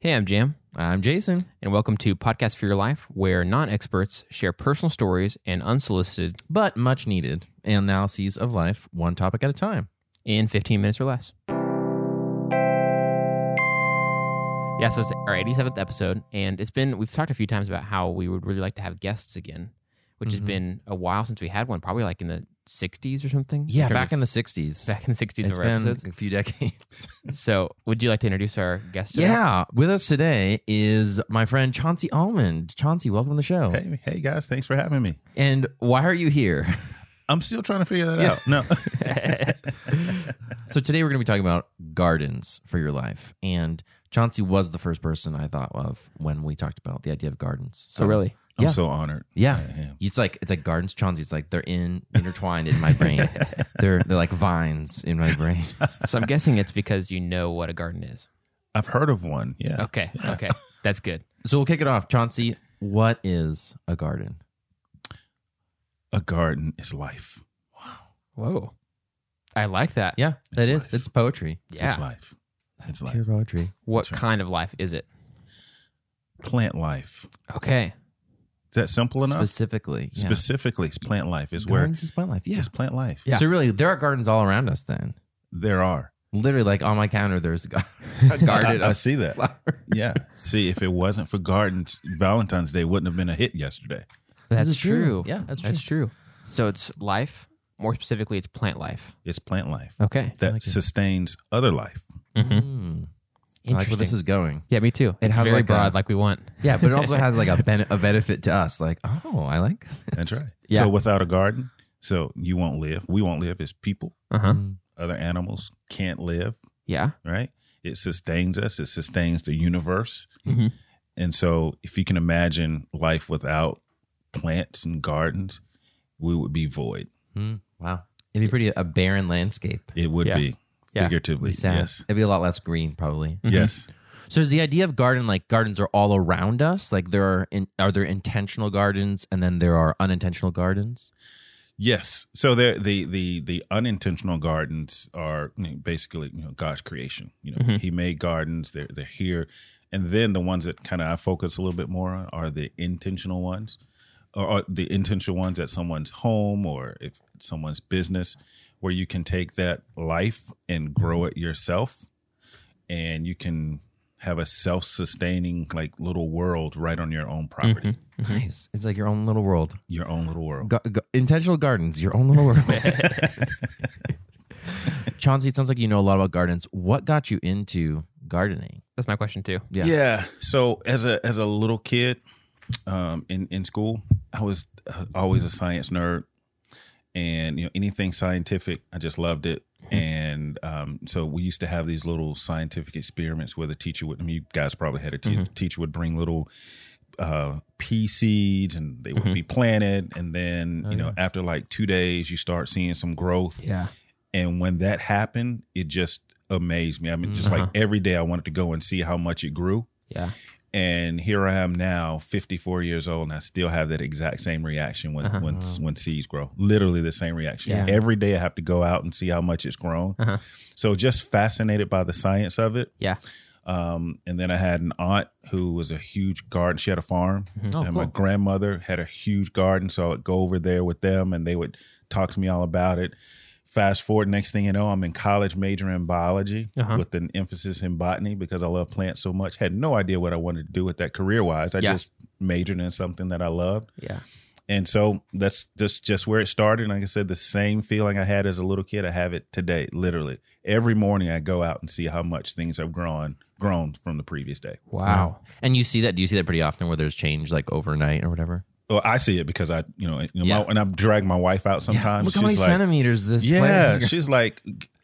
Hey, I'm Jam, I'm Jason. and welcome to Podcast for Your Life, where non experts share personal stories and unsolicited But much needed analyses of life, one topic at a time. in 15 minutes or less. Yeah, so it's our 87th episode, and it's been, we've talked a few times about how we would really like to have guests again, which has Mhm. been a while since we had one, probably like in the 60s or something. Yeah, terms back of- in the 60s. Back in the 60s it's of our been episodes. a few decades. So, would you like to introduce our guest? today? yeah. With us today is my friend Chauncey Almond. Chauncey, welcome to the show. Hey, hey guys, thanks for having me. And why are you here? I'm still trying to figure that Yeah. out. No. so today we're going to be talking about gardens for your life. And Chauncey was the first person I thought of when we talked about the idea of gardens. So, really, I'm Yeah. so honored. Yeah. Oh, I am. It's like it's like gardens, Chauncey. It's like they're in intertwined in my brain. they're they're like vines in my brain. so I'm guessing it's because you know what a garden is. I've heard of one. Yeah. Okay, okay, that's good. So we'll kick it off, Chauncey. What is a garden? A garden is life. Whoa, I like that. Yeah, that is. It's It's life. poetry. Yeah. It's life. It's Pure life. poetry. What Sure. kind of life is it? Plant life. Okay. Is that simple enough? Specifically, yeah. Specifically, it's plant life is where gardens is my life. Yeah. it's plant life. Yeah. So really, there are gardens all around us. Then, There are. literally, like on my counter, there's a, gar- a garden I, I of see that. flowers. Yeah. see, if it wasn't for gardens, Valentine's Day wouldn't have been a hit yesterday. That's is true. true. Yeah, that's true. So it's life. More specifically, it's plant life. It's plant life Okay. that Oh, like it. sustains other life. Mm-hmm. Mm. I like Interesting. where this is going. yeah, me too. It's has very like a- broad, like we want. Yeah, but it also has like a ben- a benefit to us. Like, oh, I like That's right. Yeah. So without a garden, so you won't live. We won't live as people. Uh Uh-huh. huh. Other animals can't live. Yeah. right? It sustains us, it sustains the universe. Mhm. And so, if you can imagine life without plants and gardens, we would be void. Mm. Wow, it'd be pretty a barren landscape. It would Yeah. be Yeah. It'd figuratively. be sad. Yes. It'd be a lot less green, probably. Mhm. Yes. So is the idea of garden like gardens are all around us? Like there are in, are there intentional gardens and then there are unintentional gardens? Yes. So the the the the unintentional gardens are you know, basically you know God's creation. You know, Mhm. He made gardens. They're they're here, and then the ones that kind of I focus a little bit more on are the intentional ones, or, or the intentional ones at someone's home or if someone's business, where you can take that life and grow it yourself, and you can have a self-sustaining like little world right on your own property, Mm-hmm. Nice. It's like your own little world. your own little world. Ga- ga- intentional gardens, your own little world. Chauncey, it sounds like you know a lot about gardens. What got you into gardening? That's my question too. Yeah. Yeah. So as a as a little kid, um, in in school, I was uh, always a science nerd, and you know anything scientific, I just loved it. And um, so we used to have these little scientific experiments where the teacher would. I mean, you guys probably had a te- teacher would bring little uh, pea seeds, and they would be planted, and then you know after like two days, you start seeing some growth. Yeah. And when that happened, it just amazed me. I mean, just like every day I wanted to go and see how much it grew. Yeah. And here I am now, 54 years old, and I still have that exact same reaction when when when seeds grow. Literally the same reaction. Uh-huh. Yeah. Every day I have to go out and see how much it's grown. Uh-huh. So just fascinated by the science of it. Yeah. Um, and then I had an aunt who was a huge garden. She had a farm, Oh, and my cool. grandmother had a huge garden. So I would go over there with them, and they would talk to me all about it. Fast forward, next thing you know, I'm in college majoring in biology Uh-huh. with an emphasis in botany because I love plants so much. Had no idea what I wanted to do with that career wise. I Yeah. just majored in something that I loved Yeah. and so that's just just where it started like i said the same feeling i had as a little kid i have it today literally every morning i go out and see how much things have grown grown from the previous day Wow. And you see that? Do you see that pretty often where there's change like overnight or whatever? well i see it because i you know, you know, Yeah. my- and i drag my wife out sometimes Look how many she's like centimeters this yeah plant is. she's like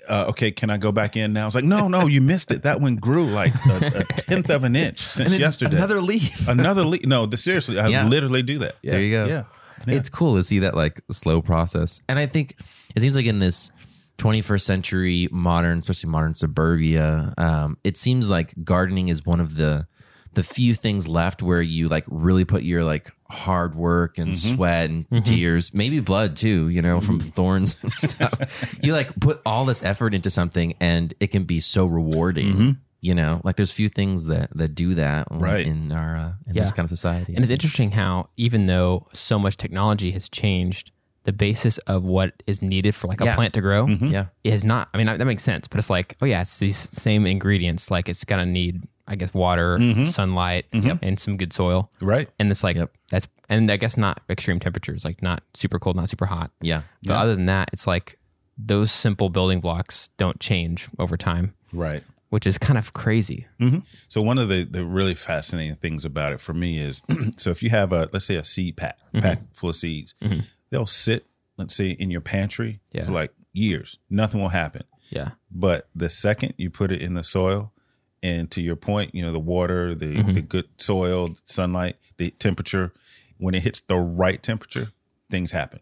uh, okay can i go back in now i was like no no you missed it that one grew like a, a tenth of an inch since yesterday Another leaf. another le- no the, seriously i Yeah. literally do that yeah There you go. yeah it's cool to see that like slow process and i think it seems like in this 21st century modern especially modern suburbia um, it seems like gardening is one of the the few things left where you like really put your like hard work and Mm-hmm. sweat and tears maybe blood too you know from thorns and stuff you like put all this effort into something and it can be so rewarding You know, like there's few things that that do that when- Mm-hmm. Right. in our uh, in Yeah. this kind of society. And it's interesting how, even though so much technology has changed, the basis of what is needed for like a Yeah. Mm-hmm. plant to grow Yeah. is not. I mean, that makes sense, but it's like, oh yeah, it's these same ingredients. Like it's gonna need, I guess, water, sunlight, and some good soil. Right. And it's like that's, and I guess not extreme temperatures, like not super cold, not super hot. Yeah. But other than that, it's like those simple building blocks don't change over time, Right. which is kind of crazy. So one of the, the really fascinating things about it for me is so if you have a let's say a seed pack Mm-hmm. pack full of seeds, they'll sit let's say in your pantry Yeah. for like years, nothing will happen. Yeah. But the second you put it in the soil, and to your point, you know the water, the the good soil, sunlight, the temperature, when it hits the right temperature, things happen.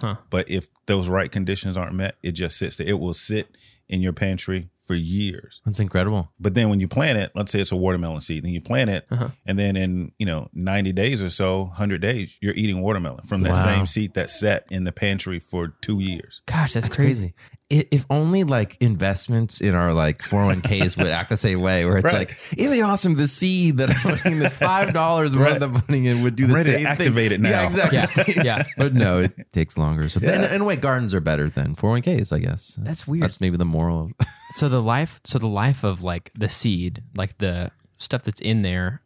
Huh. But if those right conditions aren't met, it just sits there. It will sit in your pantry for years. That's incredible. But then when you plant it, let's say it's a watermelon seed, then you plant it, and then in you know ninety days or so, hundred days, you're eating watermelon from that Wow. same seed that sat in the pantry for two years. Gosh, that's, crazy. Crazy. I- If only like investments in our like 401ks would act the same way, where it's Right. like, it'd be awesome to see that I'm putting in this $5 worth of money and would do the Ready to same activate it thing. now. Yeah, exactly. Yeah. Yeah. but no, it takes longer. So, and, and wait, gardens are better than 401ks, I guess. That's weird. That's maybe the moral of So the life, so the life of like the seed, like the stuff that's in there,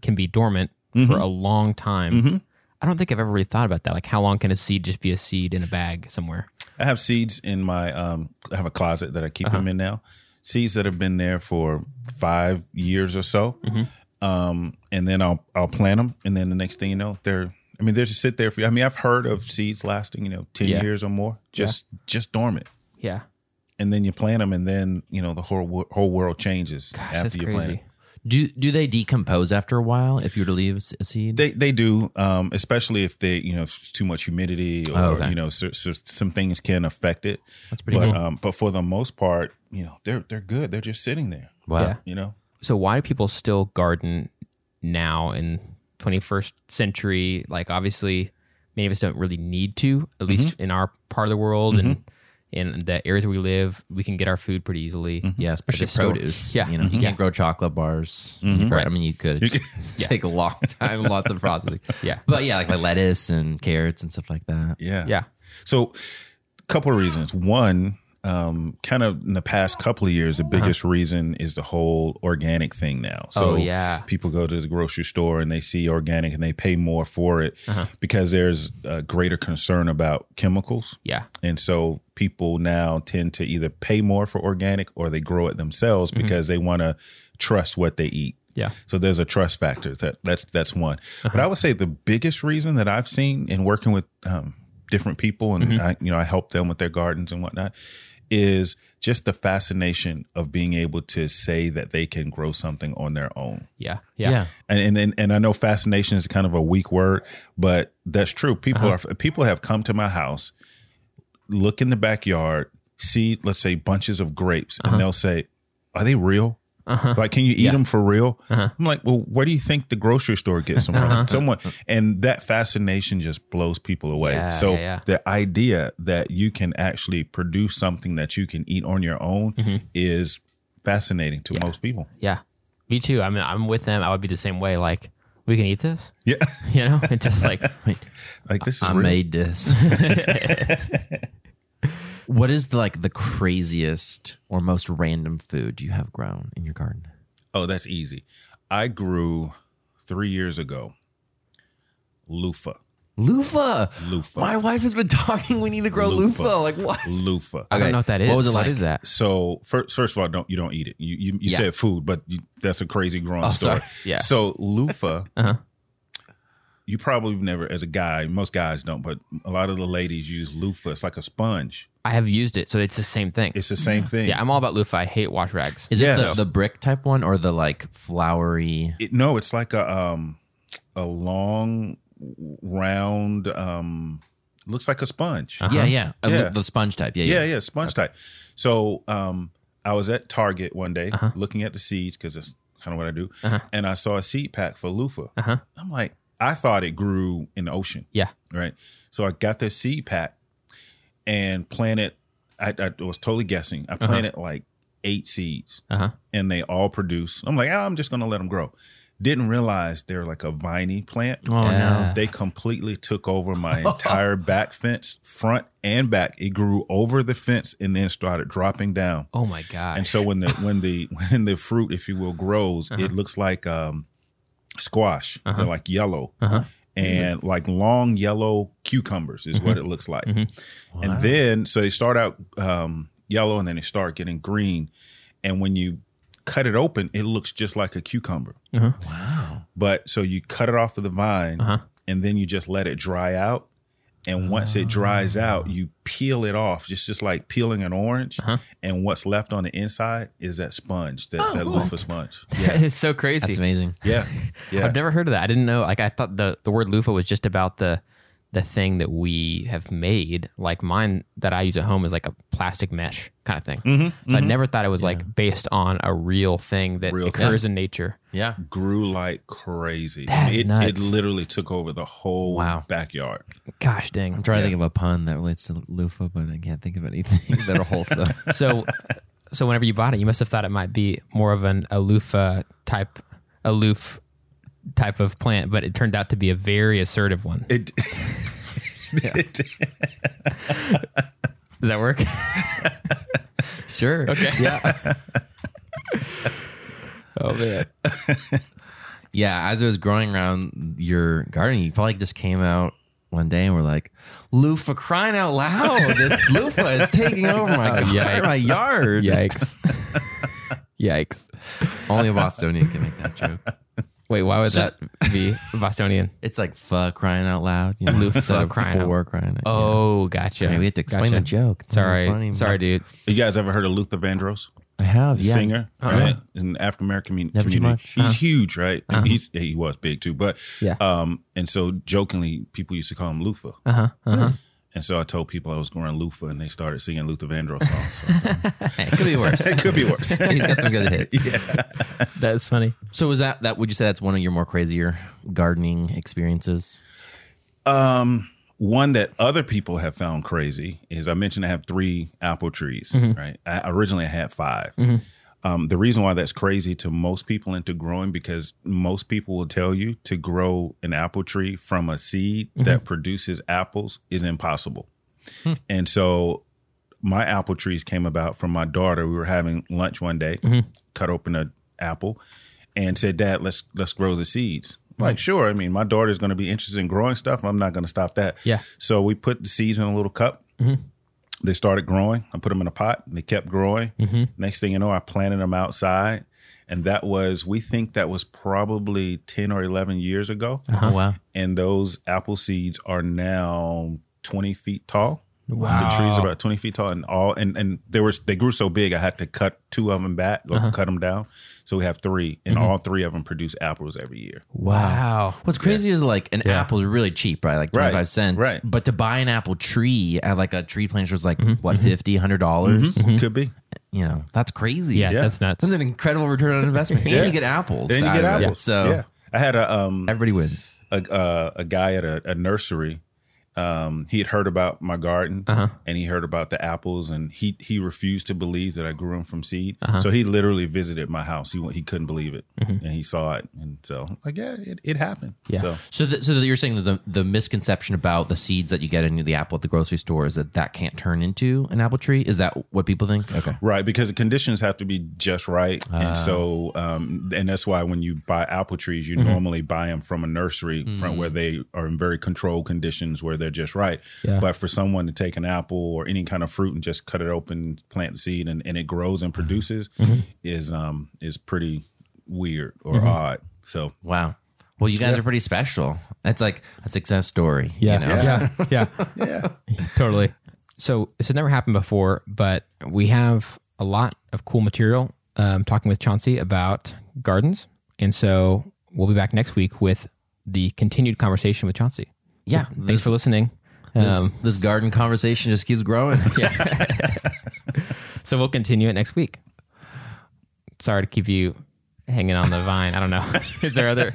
can be dormant for a long time. I don't think I've ever really thought about that. Like, how long can a seed just be a seed in a bag somewhere? I have seeds in my um, I have a closet that I keep Uh-huh. them in now. Seeds that have been there for five years or so, Mm-hmm. um, and then I'll I'll plant them, and then the next thing you know, they're I mean they just sit there for. I mean I've heard of seeds lasting you know ten Yeah. years or more, just just dormant. Yeah, and then you plant them, and then you know the whole wo- whole world changes Gosh, after that's you crazy. plant it. Do do they decompose after a while if you were to leave a s- a seed? They they do, um, especially if they you know if it's too much humidity or Oh, okay. you know so, so some things can affect it. That's pretty but, cool. Um, but for the most part, you know they're they're good. They're just sitting there. wow. Yeah. You know, So why do people still garden now in 21st century? Like, obviously, many of us don't really need to, at least in our part of the world and in the areas where we live, we can get our food pretty easily. Yeah, especially At the store. produce. Yeah. you know, you can't grow chocolate bars. Right. I mean, you could. It take a long time, lots of processing. Yeah. but yeah, like, like lettuce and carrots and stuff like that. yeah, Yeah. So, couple of reasons. One, um, kind of in the past couple of years, the biggest reason is the whole organic thing now. So Uh-huh. Oh, yeah. people go to the grocery store and they see organic and they pay more for it Uh-huh. because there's a greater concern about chemicals. Yeah. And so people now tend to either pay more for organic or they grow it themselves because they want to trust what they eat. Yeah. So there's a trust factor that that's that's one. But I would say the biggest reason that I've seen in working with um, different people and I, you know I help them with their gardens and whatnot is just the fascination of being able to say that they can grow something on their own. Yeah. Yeah. And and and, and I know fascination is kind of a weak word, but that's true. People Uh-huh. are people have come to my house, look in the backyard, see let's say bunches of grapes, and they'll say, "Are they real?" Uh-huh. Like, can you eat them for real? I'm like, well, where do you think the grocery store gets them Uh-huh. from? Someone, and that fascination just blows people away. Yeah, so yeah, yeah. the idea that you can actually produce something that you can eat on your own is fascinating to most people. Mm-hmm. Yeah. Me too. I mean, I'm with them. I would be the same way. Like, we can eat this, Yeah, you know? It's just like, like this is I real. made this. what is the, like the craziest or most random food you have grown in your garden? Oh, that's easy. I grew three years ago. Loofah, Loofah. Loofah. My wife has been talking. We need to grow Loofah. loofah. Like what? loofah. I don't know what that is. What was it like? What is that? So first, first of all, don't you don't eat it. You you, you Yeah. said food, but you, that's a crazy growing Oh, story. sorry. Yeah. So loofah, Uh-huh. you probably have never, as a guy, most guys don't, but a lot of the ladies use loofah. It's like a sponge. I have used it. So it's the same thing. It's the same thing. yeah. I'm all about loofah. I hate wash rags. Is Yes. this the, the brick type one or the like flowery? It- no, it's like a um a long round um looks like a sponge. Uh-huh. Yeah, yeah. Uh, Yeah. The sponge type. Yeah, Yeah, yeah. yeah, sponge type. So um, I was at Target one day looking at the seeds because that's kind of what I do, and I saw a seed pack for loofah. I'm like, I thought it grew in the ocean, Yeah. right? So I got this seed pack and planted. I, I was totally guessing. I planted like eight seeds Uh huh. and they all produce. I'm like, "Ah, I'm just going to let them grow. Didn't realize they're like a viney plant. Oh Yeah. They completely took over my entire back fence, front and back. It grew over the fence and then started dropping down. Oh my god. And so when the when the when the fruit, if you will, grows, it looks like um, squash. They're like yellow Uh-huh. and like long yellow cucumbers is what it looks like. Wow. And then so they start out um, yellow and then they start getting green. And when you cut it open, it looks just like a cucumber. no! Wow. But so you cut it off of the vine Uh-huh. and then you just let it dry out. And once it dries Ah. out, you peel it off, just just like peeling an orange. Uh-huh. Oh, And what's left on the inside is that sponge, that, that loofah sponge. That is so crazy. That's amazing. Yeah, yeah. I've never heard of that. I didn't know. Like I thought the the word loofah was just about the the thing that we have made. Like mine that I use at home is like a plastic mesh kind of thing. Mm-hmm. so I never thought it was like based on a real thing that Real occurs in nature. Yeah. Grew like crazy. That's it, it nuts. literally took over the whole Wow. backyard. Gosh dang. I'm trying to think of a pun that relates to loofah, but I can't think of anything that are wholesome. So so whenever you bought it, you must have thought it might be more of an a loofah type aloof type of plant, but it turned out to be a very assertive one. It, Does that work? sure. Okay. Yeah. oh man. Yeah. As it was growing around your garden, you probably just came out one day and were like, loofah crying out loud. This loofah is taking over my, gar- Oh, Yikes. my yard. Yikes. Yikes. Only a Bostonian can make that joke. Wait, why would that be Bostonian? It's like fuck crying out loud. You know, Loofah instead of crying out- for crying out Oh, gotcha. Yeah, we had to explain the Gotcha. joke. It's not Sorry, funny. sorry, dude. you guys ever heard of Luther Vandross? I have, the yeah. Uh-huh. singer, right? In the African American commu- Never Uh-huh. too community. much. He's huge, right? He's yeah, he was big too, but Yeah. Um, and so jokingly, people used to call him Lufa. Uh Uh-huh. huh. Uh huh. And so I told people I was going Lufa, and they started singing Luther Vandross songs. So It could be worse. it could be worse. He's got some good hits. That's funny. So is that that would you say that's one of your more crazier gardening experiences? Um, one that other people have found crazy is I mentioned I have three apple trees, right? I originally I had 5 Um, the reason why that's crazy to most people into growing because most people will tell you to grow an apple tree from a seed that produces apples is impossible. And so my apple trees came about from my daughter. We were having lunch one day, cut open an apple, and said, "Dad, let's let's grow the seeds." Like, sure. I mean, my daughter's going to be interested in growing stuff. I'm not going to stop that. Yeah. So we put the seeds in a little cup. They started growing. I put them in a pot, and they kept growing. Next thing you know, I planted them outside, and that was we think that was probably ten or eleven years ago. Uh-huh. Oh wow. And those apple seeds are now twenty feet tall. Wow. The trees are about twenty feet tall, and all and and there was they grew so big I had to cut two of them back or cut them down. So we have three, and all three of them produce apples every year. Wow. What's crazy is like an Yeah. apple is really cheap, right? Like Right. 25 cents. Right. Mm-hmm. But to buy an apple tree at like a tree planter was like what, 50, 100 dollars? Could be. You know, that's crazy. Yeah, Mm-hmm. Yeah. that's nuts. That's an incredible return on investment. And Yeah. you get apples. Then you out get of it. apples. So yeah. I had a um everybody wins. a uh, a guy at a, a nursery. Um, he had heard about my garden, Uh-huh. and he heard about the apples, and he he refused to believe that I grew them from seed. So he literally visited my house. He wa- he couldn't believe it, and he saw it, and so Mm-hmm. like yeah, it, it happened. Yeah. So So, th- so that you're saying that the, the misconception about the seeds that you get in the apple at the grocery store is that that can't turn into an apple tree? Is that what people think? Okay. Right, because the conditions have to be just right, and so um, and that's why when you buy apple trees, you normally buy them from a nursery from where they are in very controlled conditions where they're just right. Yeah. But for someone to take an apple or any kind of fruit and just cut it open, plant the seed, and, and it grows and produces is um is pretty weird or odd. So Wow. Well, you guys are pretty special. That's like a success story. You know? yeah, yeah, yeah, totally. So this has never happened before, but we have a lot of cool material. Um, talking with Chauncey about gardens, and so we'll be back next week with the continued conversation with Chauncey. Yeah. Thanks This, for listening. Um, this, this garden conversation just keeps growing. so we'll continue it next week. Sorry to keep you hanging on the vine. I don't know. Is there other?